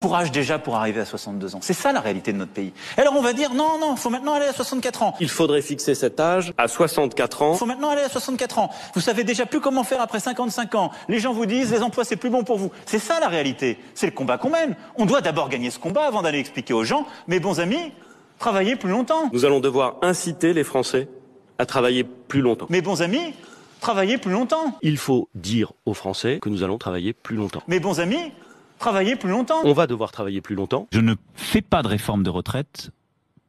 courage déjà pour arriver à 62 ans. C'est ça la réalité de notre pays. Et alors on va dire non, non, faut maintenant aller à 64 ans. Il faudrait fixer cet âge à 64 ans. Faut maintenant aller à 64 ans. Vous savez déjà plus comment faire après 55 ans. Les gens vous disent les emplois c'est plus bon pour vous. C'est ça la réalité. C'est le combat qu'on mène. On doit d'abord gagner ce combat avant d'aller expliquer aux gens, mes bons amis, travaillez plus longtemps. Nous allons devoir inciter les Français à travailler plus longtemps. Mes bons amis, travaillez plus longtemps. Il faut dire aux Français que nous allons travailler plus longtemps. Mes bons amis, travailler plus longtemps. On va devoir travailler plus longtemps. Je ne fais pas de réforme de retraite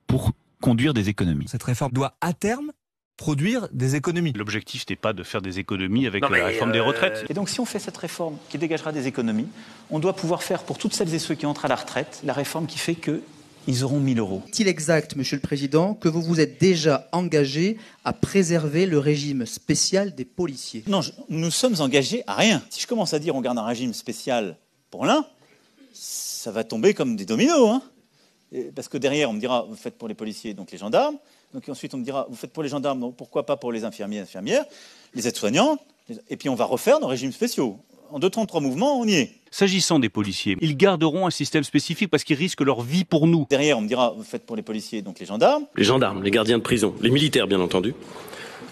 pour conduire des économies. Cette réforme doit à terme produire des économies. L'objectif n'est pas de faire des économies avec Non, la mais, réforme des euh, retraites. Et donc si on fait cette réforme qui dégagera des économies, on doit pouvoir faire pour toutes celles et ceux qui entrent à la retraite la réforme qui fait que ils auront 1000 euros. Est-il exact, Monsieur le Président, que vous vous êtes déjà engagé à préserver le régime spécial des policiers Non, je- nous sommes engagés à rien. Si je commence à dire on garde un régime spécial pour l'un, ça va tomber comme des dominos. hein. Et- Parce que derrière, on me dira, vous faites pour les policiers, donc les gendarmes. Donc ensuite, on me dira, vous faites pour les gendarmes, donc pourquoi pas pour les infirmiers et infirmières, les aides-soignants. les- Et puis on va refaire nos régimes spéciaux. En deux temps, trois mouvements, on y est. S'agissant des policiers, ils garderont un système spécifique parce qu'ils risquent leur vie pour nous. Derrière, on me dira, vous faites pour les policiers, donc les gendarmes. Les gendarmes, les gardiens de prison, les militaires bien entendu,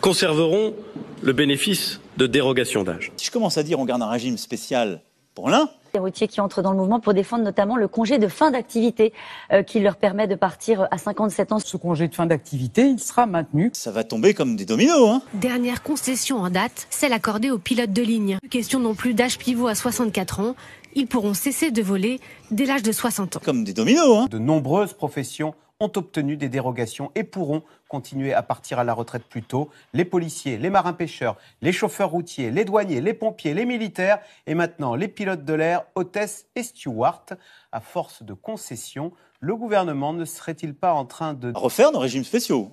conserveront le bénéfice de dérogation d'âge. Si je commence à dire, on garde un régime spécial pour l'un, Les routiers qui entrent dans le mouvement pour défendre notamment le congé de fin d'activité euh, qui leur permet de partir à 57 ans. Ce congé de fin d'activité, il sera maintenu. ça va tomber comme des dominos. hein. Dernière concession en date, celle accordée aux pilotes de ligne. Question non plus d'âge pivot à 64 ans, ils pourront cesser de voler dès l'âge de 60 ans. Comme des dominos. hein. De nombreuses professions ont obtenu des dérogations et pourront continuer à partir à la retraite plus tôt. Les policiers, les marins-pêcheurs, les chauffeurs routiers, les douaniers, les pompiers, les militaires et maintenant les pilotes de l'air, hôtesses et stewards. À force de concessions, le gouvernement ne serait-il pas en train de Refaire nos régimes spéciaux.